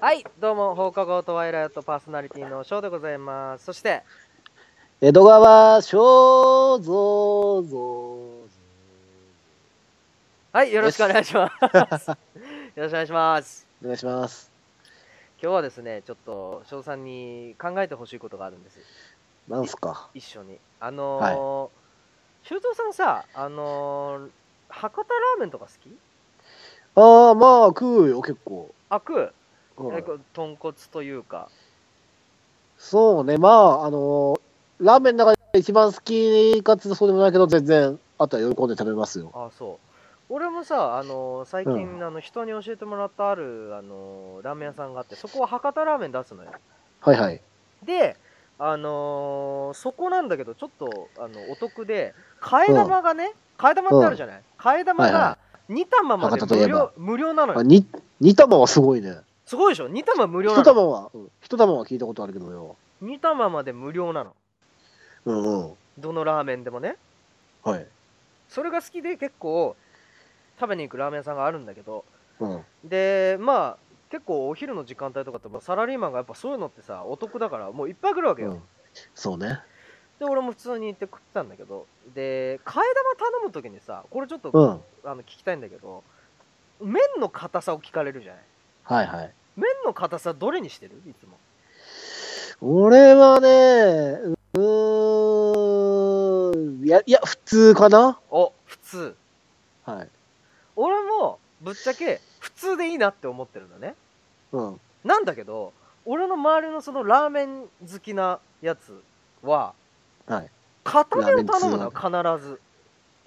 はい、どうも、放課後トワイライトパーソナリティのショーでございます。そして、江戸川正蔵蔵はい、よろしくお願いし ます。よろしくお願いします。お願いします。今日はですね、ちょっと翔さんに考えてほしいことがあるんです。なんすか一緒に。あのー、修造さんさ、あのー、博多ラーメンとか好きああ、まあ、食うよ、結構。あ、食ううんえこう豚骨というか。そうね、まあ、あのーラーメンの中で一番好きかつそうでもないけど、全然、あとは喜んで食べますよ。あ、そう。俺もさ、あのー最近、うんあの人に教えてもらったある、あのーラーメン屋さんがあって、そこは博多ラーメン出すのよ。はいはい。で、あのーそこなんだけど、ちょっとあのお得で、替え玉がね、替え玉ってあるじゃない、替え玉はいはが2玉まで博多とい無え料ば無料なのあよ。に二玉はすごいね。すごいでしょ ?2 玉無料一なの。玉は、うん一玉は聞いたことあるけどよ。 2玉まで無料なの。うんうん。どのラーメンでもね。はい。それが好きで結構食べに行くラーメン屋さんがあるんだけど、うん。で、まあ、結構お昼の時間帯とかってまあサラリーマンがやっぱそういうのってさ、お得だから、もういっぱい来るわけうよ。ん、そうね。で、俺も普通に行って食ってたんだけど、で、替え玉頼むときにさ、これちょっとうん。はあの聞きたいんだけど麺の硬さを聞かれるじゃないいはい。麺の硬さどれにしてるいつも俺はね、うーん、いや、いや、普通かなお普通はい。俺もぶっちゃけ普通でいいなって思ってるんだねうん。なんだけど俺の周りのそのラーメン好きなやつははい。硬めを頼むラのーは必ず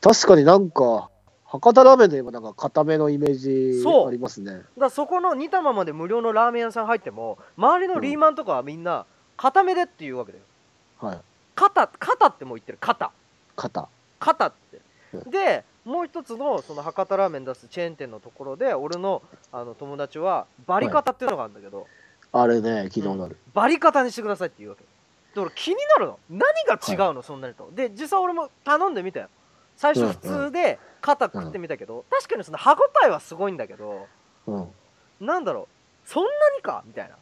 確かになんか、博多ラーメンといえばなんか固めのイメージそうありますね。だからそこの2玉まで無料のラーメン屋さん入っても周りのリーマンとかはみんな硬めでっていうわけだよはい。肩肩ってもう言ってる肩肩。肩ってうでもう一つのその博多ラーメン出すチェーン店のところで俺のあの友達はバリ肩っていうのがあるんだけど、あれね、昨日なる。バリ肩にしてくださいって言うわけで俺気になるの何が違うの、そんなにとで実際俺も頼んでみたよ最初普通で肩食ってみたけど、確かにその歯応えはすごいんだけどうん。なんだろうそんなにかみたいな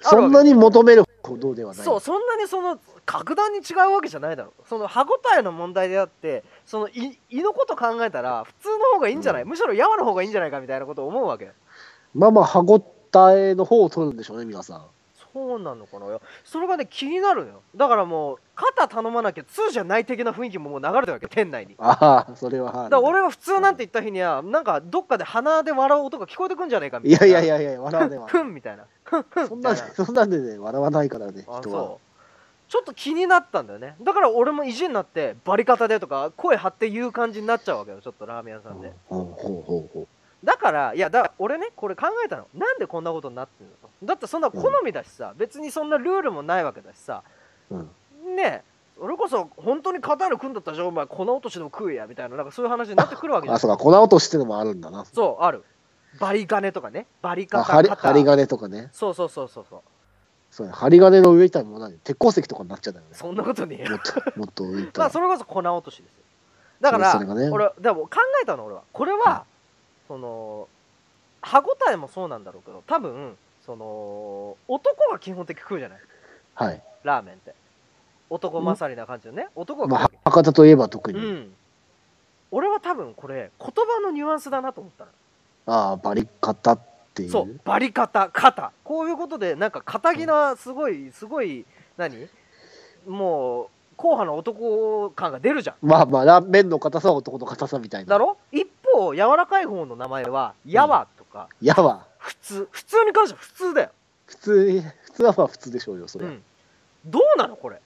そんなに求めるほどではない。そうそんなにその格段に違うわけじゃないだろうその歯応えの問題であってその胃胃のこと考えたら普通の方がいいんじゃない、うむしろ山の方がいいんじゃないかみたいなことを思うわけまあまあ、歯応えの方を取るんでしょうね、皆さん。そうなのかなよそれがね気になるのよだからもう肩頼まなきゃ通じゃない的な雰囲気ももう流れてるわけ店内にだああ、それは、から俺が普通なんて言った日にはなんかどっかで鼻で笑う音が聞こえてくんじゃないかみいたやいいなやいやいや、笑わ ねえわふ。んみたいなふんふんそんみたないんでな、そんなんでね、笑わないからね、あ人は。そうちょっと気になったんだよねだから俺も意地になってバリ方でとか声張って言う感じになっちゃうわけよちょっとラーメン屋さんで、ほうほうほうほだからいやだから俺ねこれ考えたのなんでこんなことになってんのとだってそんな好みだしさ、別にそんなルールもないわけだしさう。うん。ねえそれこそ本当にカタール組んだったじゃんお前粉落としでも食えやみたいななんかそういう話になってくるわけじゃあ、んそうか、粉落としってのもあるんだな。そうあるバリ金とかねバリあ、方針、肩針金とかね。そうそうそうそうそうそうね、針金の上行ったらもう何鉄鉱石とかになっちゃうんだよね。そんなことねえよもっと、 もっと上行ったまあら。それこそ粉落としですよだから、それがね俺でも考えたの俺はこれは、はその歯ごたえもそうなんだろうけど多分その男が基本的に食うじゃないはい。ラーメンって男勝りな感じでね男がま食うわけ、、あ博多といえば特に、うん俺は多分これ言葉のニュアンスだなと思ったのああバリカタっていうそうバリ方肩こういうことでなんか肩気なすごいすごい何もう硬派な男感が出るじゃんまあまあラーメンの硬さは男の硬さみたいなだろ一方柔らかい方の名前は「やわ」とか、やは普通普通に関しては普通だよ、普通に普通はまあ普通でしょうよそれ、うん、どうなのこれ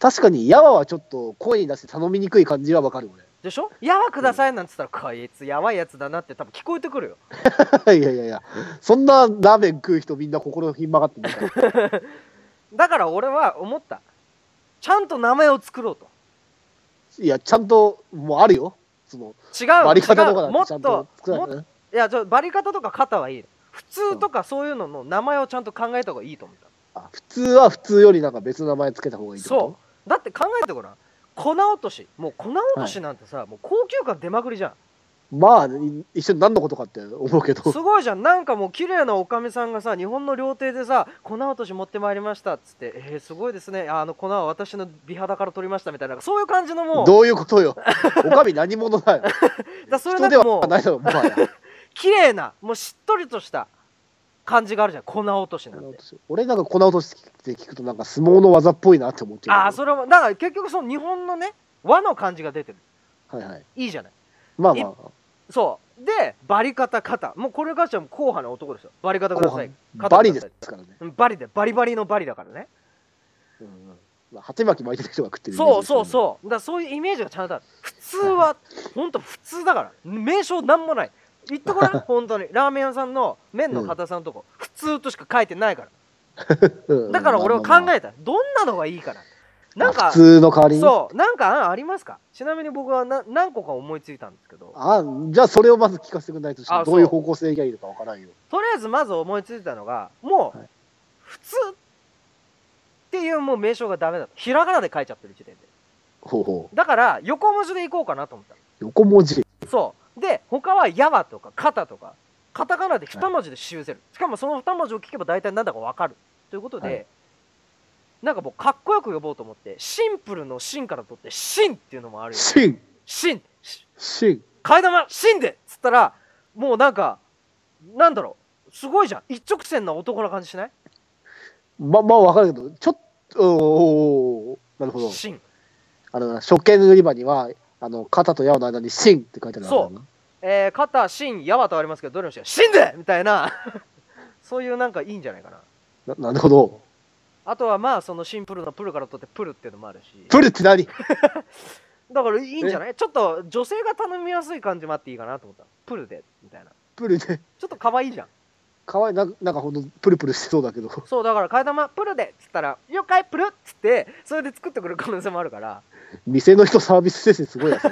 確かにやわはちょっと声に出して頼みにくい感じはわかるでしょ「やわください」なんつったら、こいつやばいやつだなって多分聞こえてくるよ俺 いやいやいやそんなラーメン食う人みんな心ひん曲がってるからだから俺は思ったちゃんと名前を作ろうといやちゃんともうあるよその違うバリカタと違かうだもっってちゃんとと作らもっないとねいやちょバリ方とか肩はいいの普通とかそういうのの名前をちゃんと考えた方がいいと思った、あ普通は普通よりなんか別の名前つけた方がいいってことそうだって考えてごらん粉落としもう粉落としなんてさ、もう高級感出まくりじゃんまあ、い一緒に何のことかって思うけど。すごいじゃんなんかもう綺麗なおかみさんがさ日本の料亭でさ粉落とし持ってまいりましたっつってえー、すごいですねああの粉は私の美肌から取りましたみたいなそういう感じのもうどういうことよ。おかみ何者だよ。だ それ人なんでかもはうないだろ、まあ。綺麗なもうしっとりとした感じがあるじゃん粉落としなんて俺なんか粉落としって聞くとなんか相撲の技っぽいなって思っちゃう。ああそれもだから結局その日本のね和の感じが出てるはいはい。いいじゃないまあまそうでバリカタ肩もうこれがちはもう硬派な男ですよバリカあ、タくだ後さい半肩バリでくすだからね。さいうんバリでバリバリのバリだからねうんうんまあ、ハテ巻き巻いてる人が食ってるイメーそうジですけそどうそうだからそういうイメージがちゃんとある普通は本当普通だから名称なんもない言ってご らん本当にラーメン屋さんの麺の硬さのとこ、普通としか書いてないからうんだから俺は考まあまあまあえたどんなのがいいかななんかまあ普通の代わりにそうなんか案ありますかちなみに僕はな何個か思いついたんですけどあじゃあそれをまず聞かせてくれないとあどういうそう方向性がいいのかわからんよとりあえずまず思いついたのがもうはい普通っていうもう名称がダメだとひらがなで書いちゃってる時点でほうほうだから横文字でいこうかなと思った横文字そう。で、他はやわとか肩とか、カタカナで二文字で修正る。しかもその二文字を聞けば大体何だかわかる。ということで、はいなんかもうかっこよく呼ぼうと思って、シンプルのシンから取って、シンっていうのもあるよ。シンシン、しシン替え玉、シンでっつったら、もうなんか、なんだろう、すごいじゃん。一直線な男な感じしないままあわかるけどちょっとおーおーおーなるほどシン。あの初見売り場にはあの肩と矢の間にシンって書いてあるそううえー、肩、シン、やわとありますけど、どれにしよう。シンでみたいな、 そういうなんかいいんじゃないかな。ななるほどあとはまあ、そのシンプルのプルから取ってプルっていうのもあるし。プルって何だからいいんじゃないちょっと女性が頼みやすい感じもあっていいかなと思ったプルでみたいなプルでちょっと可愛いじゃんかわいいなんなんかほんとプルプルしてそうだけどそうだから替え玉プルでっつったら「了解プル」っつってそれで作ってくる可能性もあるから店の人サービス精神すごいやつ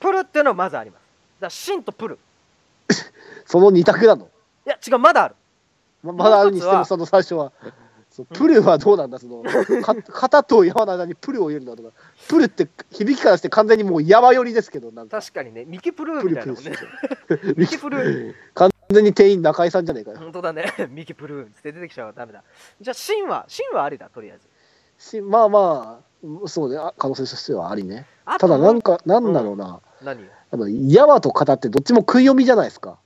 プルっていうのはまずありますだからシンとプルその二択なのいや違うまだあるままだあるにしてもうも一つはその最初は、そうプルはどうなんだそのか肩と矢の間にプルを入れるんだとかプルって響きからして完全にもう矢寄りですけどなんか確かにねミキプループみルたいプなルもんしてねるミキプル完全に店員中井さんじゃねえかよ本当だね ミキプルーっつって出てきちゃうからダメだじゃあシンはシンはありだとりあえずしまあまあそうねあ可能性としてはありねあとただなんかなんだろうな、何あの矢和と肩ってどっちも食い読みじゃないですか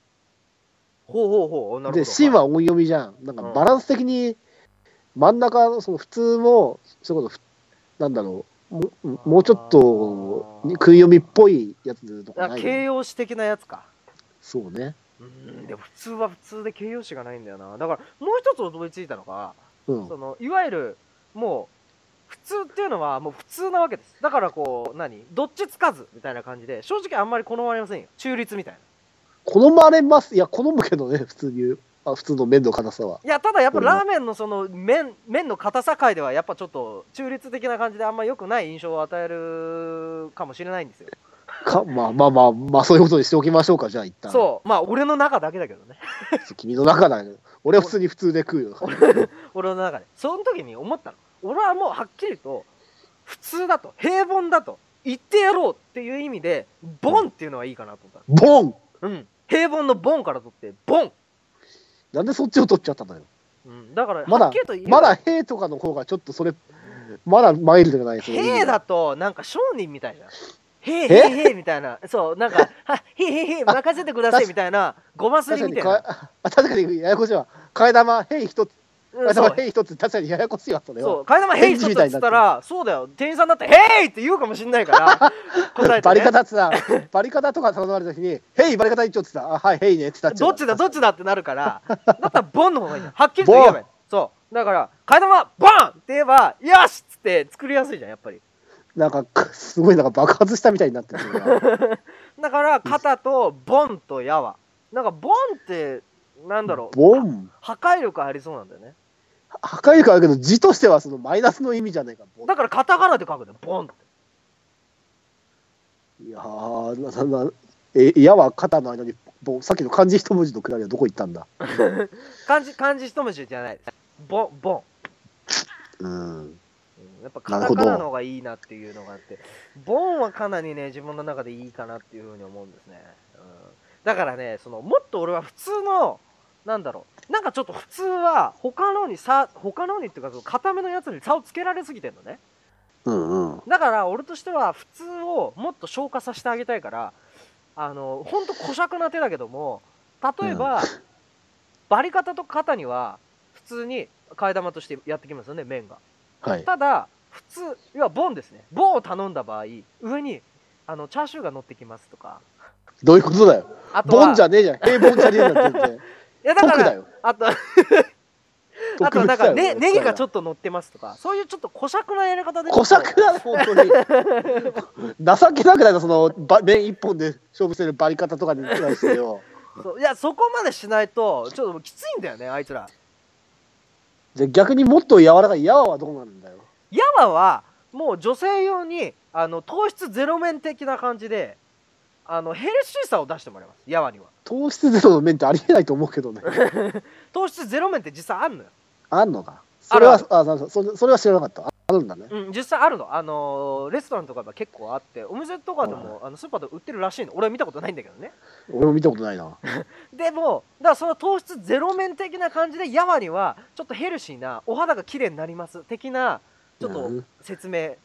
ほうほうほうなるほどで芯は音読みじゃんなんかうんバランス的に真ん中のその普通もそういうことふなんだろうもももうちょっとあー食い読みっぽいやつとかあない形容詞的なやつかそうねうんでも普通は普通で形容詞がないんだよなだからもう一つ思いついたのが、うんそのいわゆるもう普通っていうのはもう普通なわけですだからこう何どっちつかずみたいな感じで正直あんまり好まれませんよ中立みたいな好まれますいや好むけどね普通にあ普通の麺の硬さはいやただやっぱ俺もラーメンのその麺麺の硬さ界ではやっぱちょっと中立的な感じであんま良くない印象を与えるかもしれないんですよかまあまあまあまあそういうことにしておきましょうかじゃあ一旦そうまあ俺の中だけだけどね君の中だけど俺は普通に普通で食うよ俺の中でその時に思ったの俺はもうはっきりと普通だと平凡だと言ってやろうっていう意味でボンっていうのはいいかなと思っボンたのうん平凡のボンから取ってボン、なんでそっちを取っちゃったのようん、だからまはだっきりと言えばまだ兵とかの方がちょっとそれまだマイルドじゃないその意味兵がだとなんか商人みたいじゃんへええへえみたいなそうなんか「はへへへ任せてください」みたいなごます確りかみたにいな、か、 あ確かにややこしいわ。替え玉、へい一つ、替うえん、そ玉、うへい一つ、確かにややこしいわ、それそうは。替え玉「へい」一つっつったらそうだよ店員さんだって「へい!」って言うかもしんないから答えて、ね、バリカタってさ、 バリカタとか頼まれた時に、へい、バリカタ一丁ってさ、あはい、へいねってなっちゃどう。っちだどっちだってなるから、だったらボンの方が いいじゃん。はっきりと言えばいい。そう。だから、替え玉、ボンって言えば、よしっつって作りやすいじゃん、やっぱり。なんか、くすごいなんか爆発したみたいになってるそれがだから、肩とボンと矢は。なんか、ボンって、なんだろう。ボン破壊力ありそうなんだよね。破壊力あるけど、字としてはそのマイナスの意味じゃないか、ボンだから、カタカナで書くんだよ、ボンって。いやー、な、な、なえ、矢は肩の間に、ボン、さっきの漢字一文字のくだりはどこ行ったんだ漢字、漢字一文字じゃないです。ボン、ボンうん。うん。やっぱカなるタほどカナの方がいいなっていうのがあって、ボンはかなりね、自分の中でいいかなっていうふうに思うんですね。うん、だからね、そのもっと俺は普通の、なんだろう、なんかちょっと普通は他のにさ、他のにっていうか、その固めのやつに差をつけられすぎてんのね。うんうん。だから俺としては普通をもっと消化させてあげたいからあのほんと小尺な手だけども例えば、バリ方と肩には普通に替え玉としてやってきますよね面がはい。ただ普通要はボンですねボンを頼んだ場合上にあのチャーシューが乗ってきますとかどういうことだよ。あとはボンじゃねえじゃん。平凡じゃねえじゃん、全然。いや だか得だらよ。あとあと特なん別か、だよ。ね、ネギがちょっっと乗ってますとかそういうちょっと小尺なやり方で小作だね、本当に。情けなくないか、その、ば面一本で勝負してるバリ方とかに対してよ。 そういやそこまでしないとちょっともうきついんだよねあいつらじゃあ逆にもっと柔らかい、やわはどうなんだよ。ヤマはもう女性用にあの糖質ゼロ面的な感じであのヘルシーさを出してもらいますヤマには糖質ゼロの面ってありえないと思うけど ね。糖質ゼロ面って実際あるのよ、あんのか。それはある、あ、なるほどそれそれは知らなかった。ああるんだね。うん、実際あるの、あのーレストランとかが結構あってお店とかでも、あのスーパーで売ってるらしいの俺は見たことないんだけどね俺も見たことないな。でもだからその糖質ゼロ面的な感じでヤマにはちょっとヘルシーなお肌が綺麗になります的なちょっうとん説明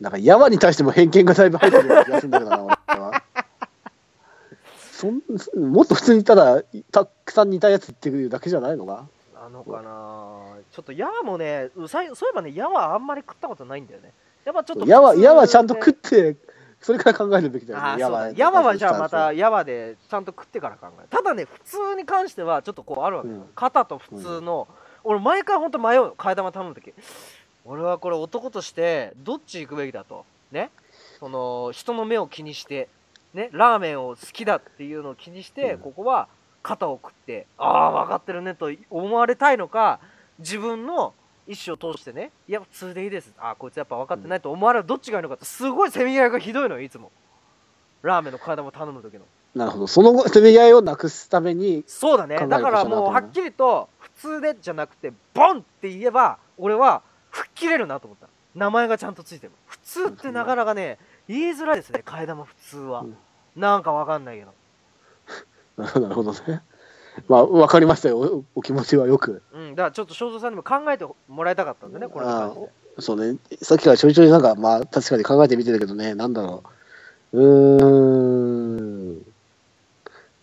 なんか、ヤワに対しても偏見がだいぶ入ってるような気がするんだけどな、俺は。そんもっと普通にただたくさん似たやつっていうだけじゃないのかなのかなちょっとヤワもねうさいそういえばねヤワあんまり食ったことないんだよねやっぱちょっとヤワヤワちゃんとっ食ってそれから考えるべきだあよーねそうだヤワはじゃあまたヤワでちゃんと食ってから考えるただね普通に関してはちょっとこうあるわけよ、うん肩と普通の、俺毎回ほんと迷うの替え玉頼む時俺はこれ男としてどっち行くべきだとねその人の目を気にしてねラーメンを好きだっていうのを気にして、うんここは肩を食ってああ分かってるねと思われたいのか自分の意思を通してねいや普通でいいですあーこいつやっぱ分かってないと思われるどっちがいいのかってすごいせめぎ合いがひどいのよいつもラーメンの替え玉頼む時のなるほどその攻め合いをなくすために そうだね考えるだからことだとも思ううはっきりと普通でじゃなくてボンって言えば俺は吹っ切れるなと思った名前がちゃんとついてる普通ってなかなかね言いづらいですね替え玉普通はうんなんか分かんないけどなるほどね まあ分かりましたよおお気持ちはよくうんだからちょっと正蔵さんにも考えてもらいたかったんだねこれに関してそうねさっきからちょいちょいなんかまあ確かに考えてみてたけどねなんだろううーん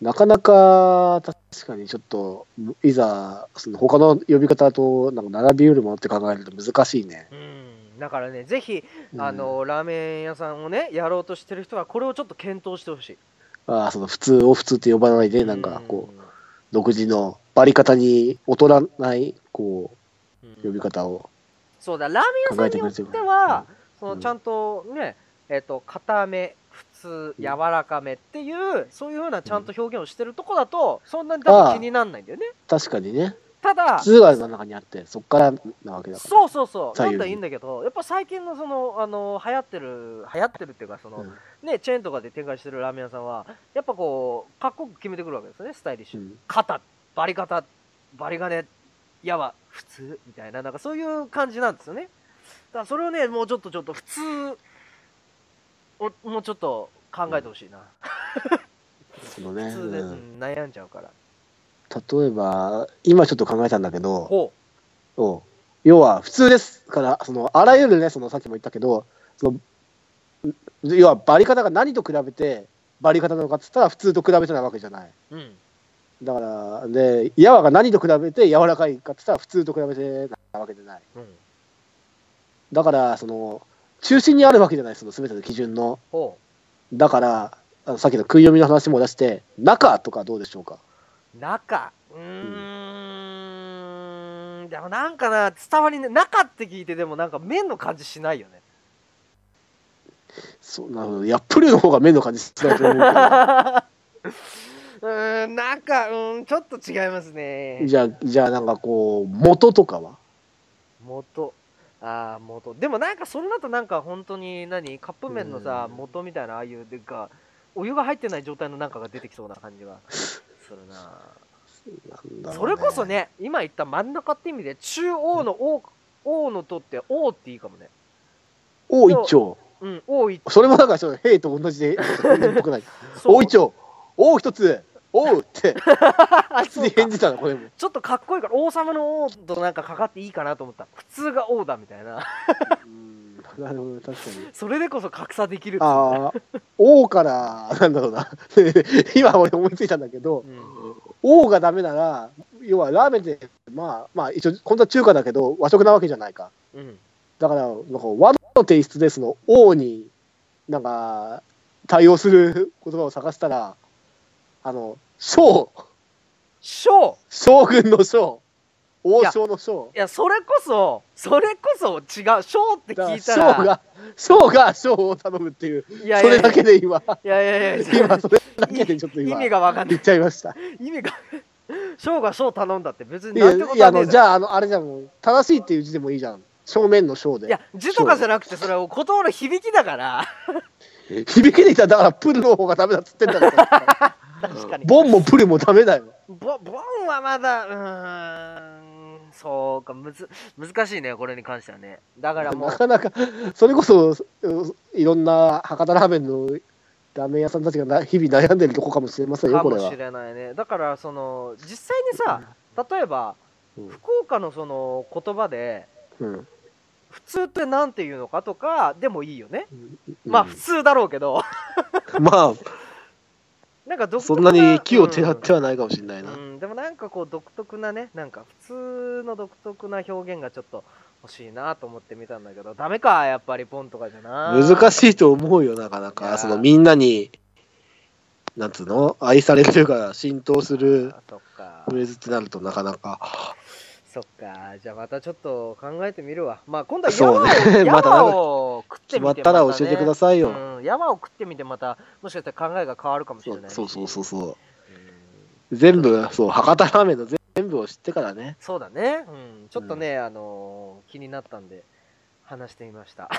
なかなか確かにちょっといざその他の呼び方となんか並びうるものって考えると難しいね、うんだからねぜひうんあのラーメン屋さんをねやろうとしてる人はこれをちょっと検討してほしいああその普通を普通って呼ばないでなんかこうう独自のバリ方に劣らないこうんう呼び方をそうだラーメン屋さんによっては、そのちゃんとね、えっと硬め普通うん柔らかめっていうそういうふうなちゃんと表現をしてるとこだとそんなに多分気にならないんだよね確かにねただ普通は真ん中にあってそっからなわけだからそうそうそうなん左右にだいいんだけどやっぱ最近のそのあの流行ってる流行ってるっていうかその、うんねチェーンとかで展開してるラーメン屋さんはやっぱこうかっこよく決めてくるわけですよねスタイリッシュにうん肩バリ肩バリガネやは普通みたいななんかそういう感じなんですよねだからそれをねもうちょっとちょっと普通をもうちょっと考えてほしいな、そのね普通で、うんうん悩んじゃうから例えば今ちょっと考えたんだけどほうん要は普通ですからそのあらゆるねそのさっきも言ったけどそのん要はバリ方が何と比べてバリ方なのかっつったら普通と比べてないわけじゃないううんだからでやわが何と比べて柔らかいかっつったら普通と比べてないわけじゃないうんだからその中心にあるわけじゃないその全ての基準のほだからあのさっきの食い読みの話も出して中とかどうでしょうかう中うーんでもなんかな伝わりね中って聞いてでもなんか麺の感じしないよねそうなるほどいやプルの方が麺の感じしないと思うけどうーんなんかうんちょっと違いますねじゃあ、じゃあなんかこう、元とかは元ああ元でもなんかそれだとなんか本当に何カップ麺のさうん元みたいなああいうでかお湯が入ってない状態のなんかが出てきそうな感じがするななんだろうそれこそ。ね今言った真ん中って意味で中央の王王のとって王っていいかもね。王一丁。うん、王一それもなんかちょっと兵と同じで、 僕ない。そう王一丁。王一つ。王 って、あ普通そうにか返事たの、これも。ちょっとかっこいいから王様の王となんかかかっていいかなと思った普通が王だみたいな うんなるほど、確かに。それでこそ格差できるっつうのああ、王から、なんだろうな。 今俺思いついたんだけど、うん王がダメなら、要はラーメンって、まあ、まあ一応、本当は中華だけど、和食なわけじゃないか。うんだから、なんか和のテイストですの王に、なんか、対応する言葉を探したら、あの、将、将将軍の将、王いや将の将。いやそれこそそれこそ違う将ってだ聞からいた将らが、将が将を頼むっていう、いやいそやれいやだけ で今、いやいやいや今それだけでちょっと意今、味がわかんな言っいちゃいました。意味が将が将頼んだって別いになや、んてこいとやはあねえの、だじろゃあ、あの、あれじゃん、正しいっていう字でもいいじゃん。正面の正で。いや字とかじゃなくてそれは言葉の響きだから響きできたらだからプルの方がダメだっつってんだから。確かにボンもプルもダメだよ。ボボンはまだうーんそうかむず難しいねこれに関してはねだからもうなかなか、それこそ、うんいろんな博多ラーメンのラーメン屋さんたちがな日々悩んでるとこかもしれませんよ、かこれもはし。れないねだからその実際にさ例えば、うん福岡のその言葉でうん普通ってなんていうのかとかでもいいよね、うんまあ普通だろうけどまなんか独特あ、そんなに木を照らってはないかもしれないな。うん、うんでもなんかこう独特なねなんか普通の独特な表現がちょっと欲しいなと思ってみたんだけどダメかやっぱりポンとかじゃな難ししいと思うよ、なかないやーか。そのみんなに、なんつうの愛されるというか、浸透するそっかフレーズってなるとなかなか。そっかじゃあまたちょっと考えてみるわまあ今度はそうね山を またな山んかを食ってみてま決まったら教えてたくねださいよ。うん、山を食ってみてまたもしかしたら考えが変わるかもしれそうないしそうそうそうそう。うん全部、そう、博多ラーメンの全部を知ってからね。そうだね、うん、ちょっとね、あのー気になったんで話してみました、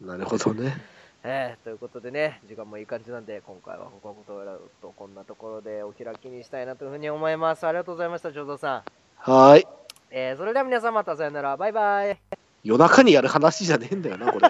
なるほどね。えーということでね時間もいい感じなんで今回は他のことを選ぶとこんなところでお開きにしたいなというふうに思いますありがとうございました正蔵さん、はーい。えーそれでは皆さんまたさよならバイバイ夜中にやる話じゃねえんだよな、これ。